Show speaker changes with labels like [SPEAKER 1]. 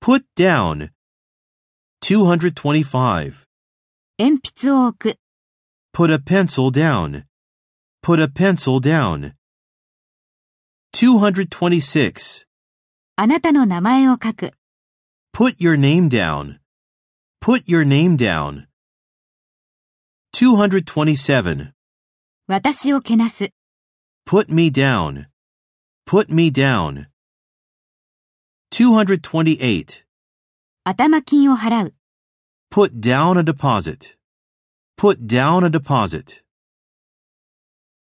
[SPEAKER 1] Put down. 225.
[SPEAKER 2] 鉛筆を置く、
[SPEAKER 1] Put a pencil down. Put a pencil down. 226.
[SPEAKER 2] あなたの名前を書く、
[SPEAKER 1] Put your name down. Put your name down. 227.
[SPEAKER 2] 私をけなす、
[SPEAKER 1] Put me down. Put me down. 228.
[SPEAKER 2] 頭金を払う。
[SPEAKER 1] Put down a deposit. Put down a deposit.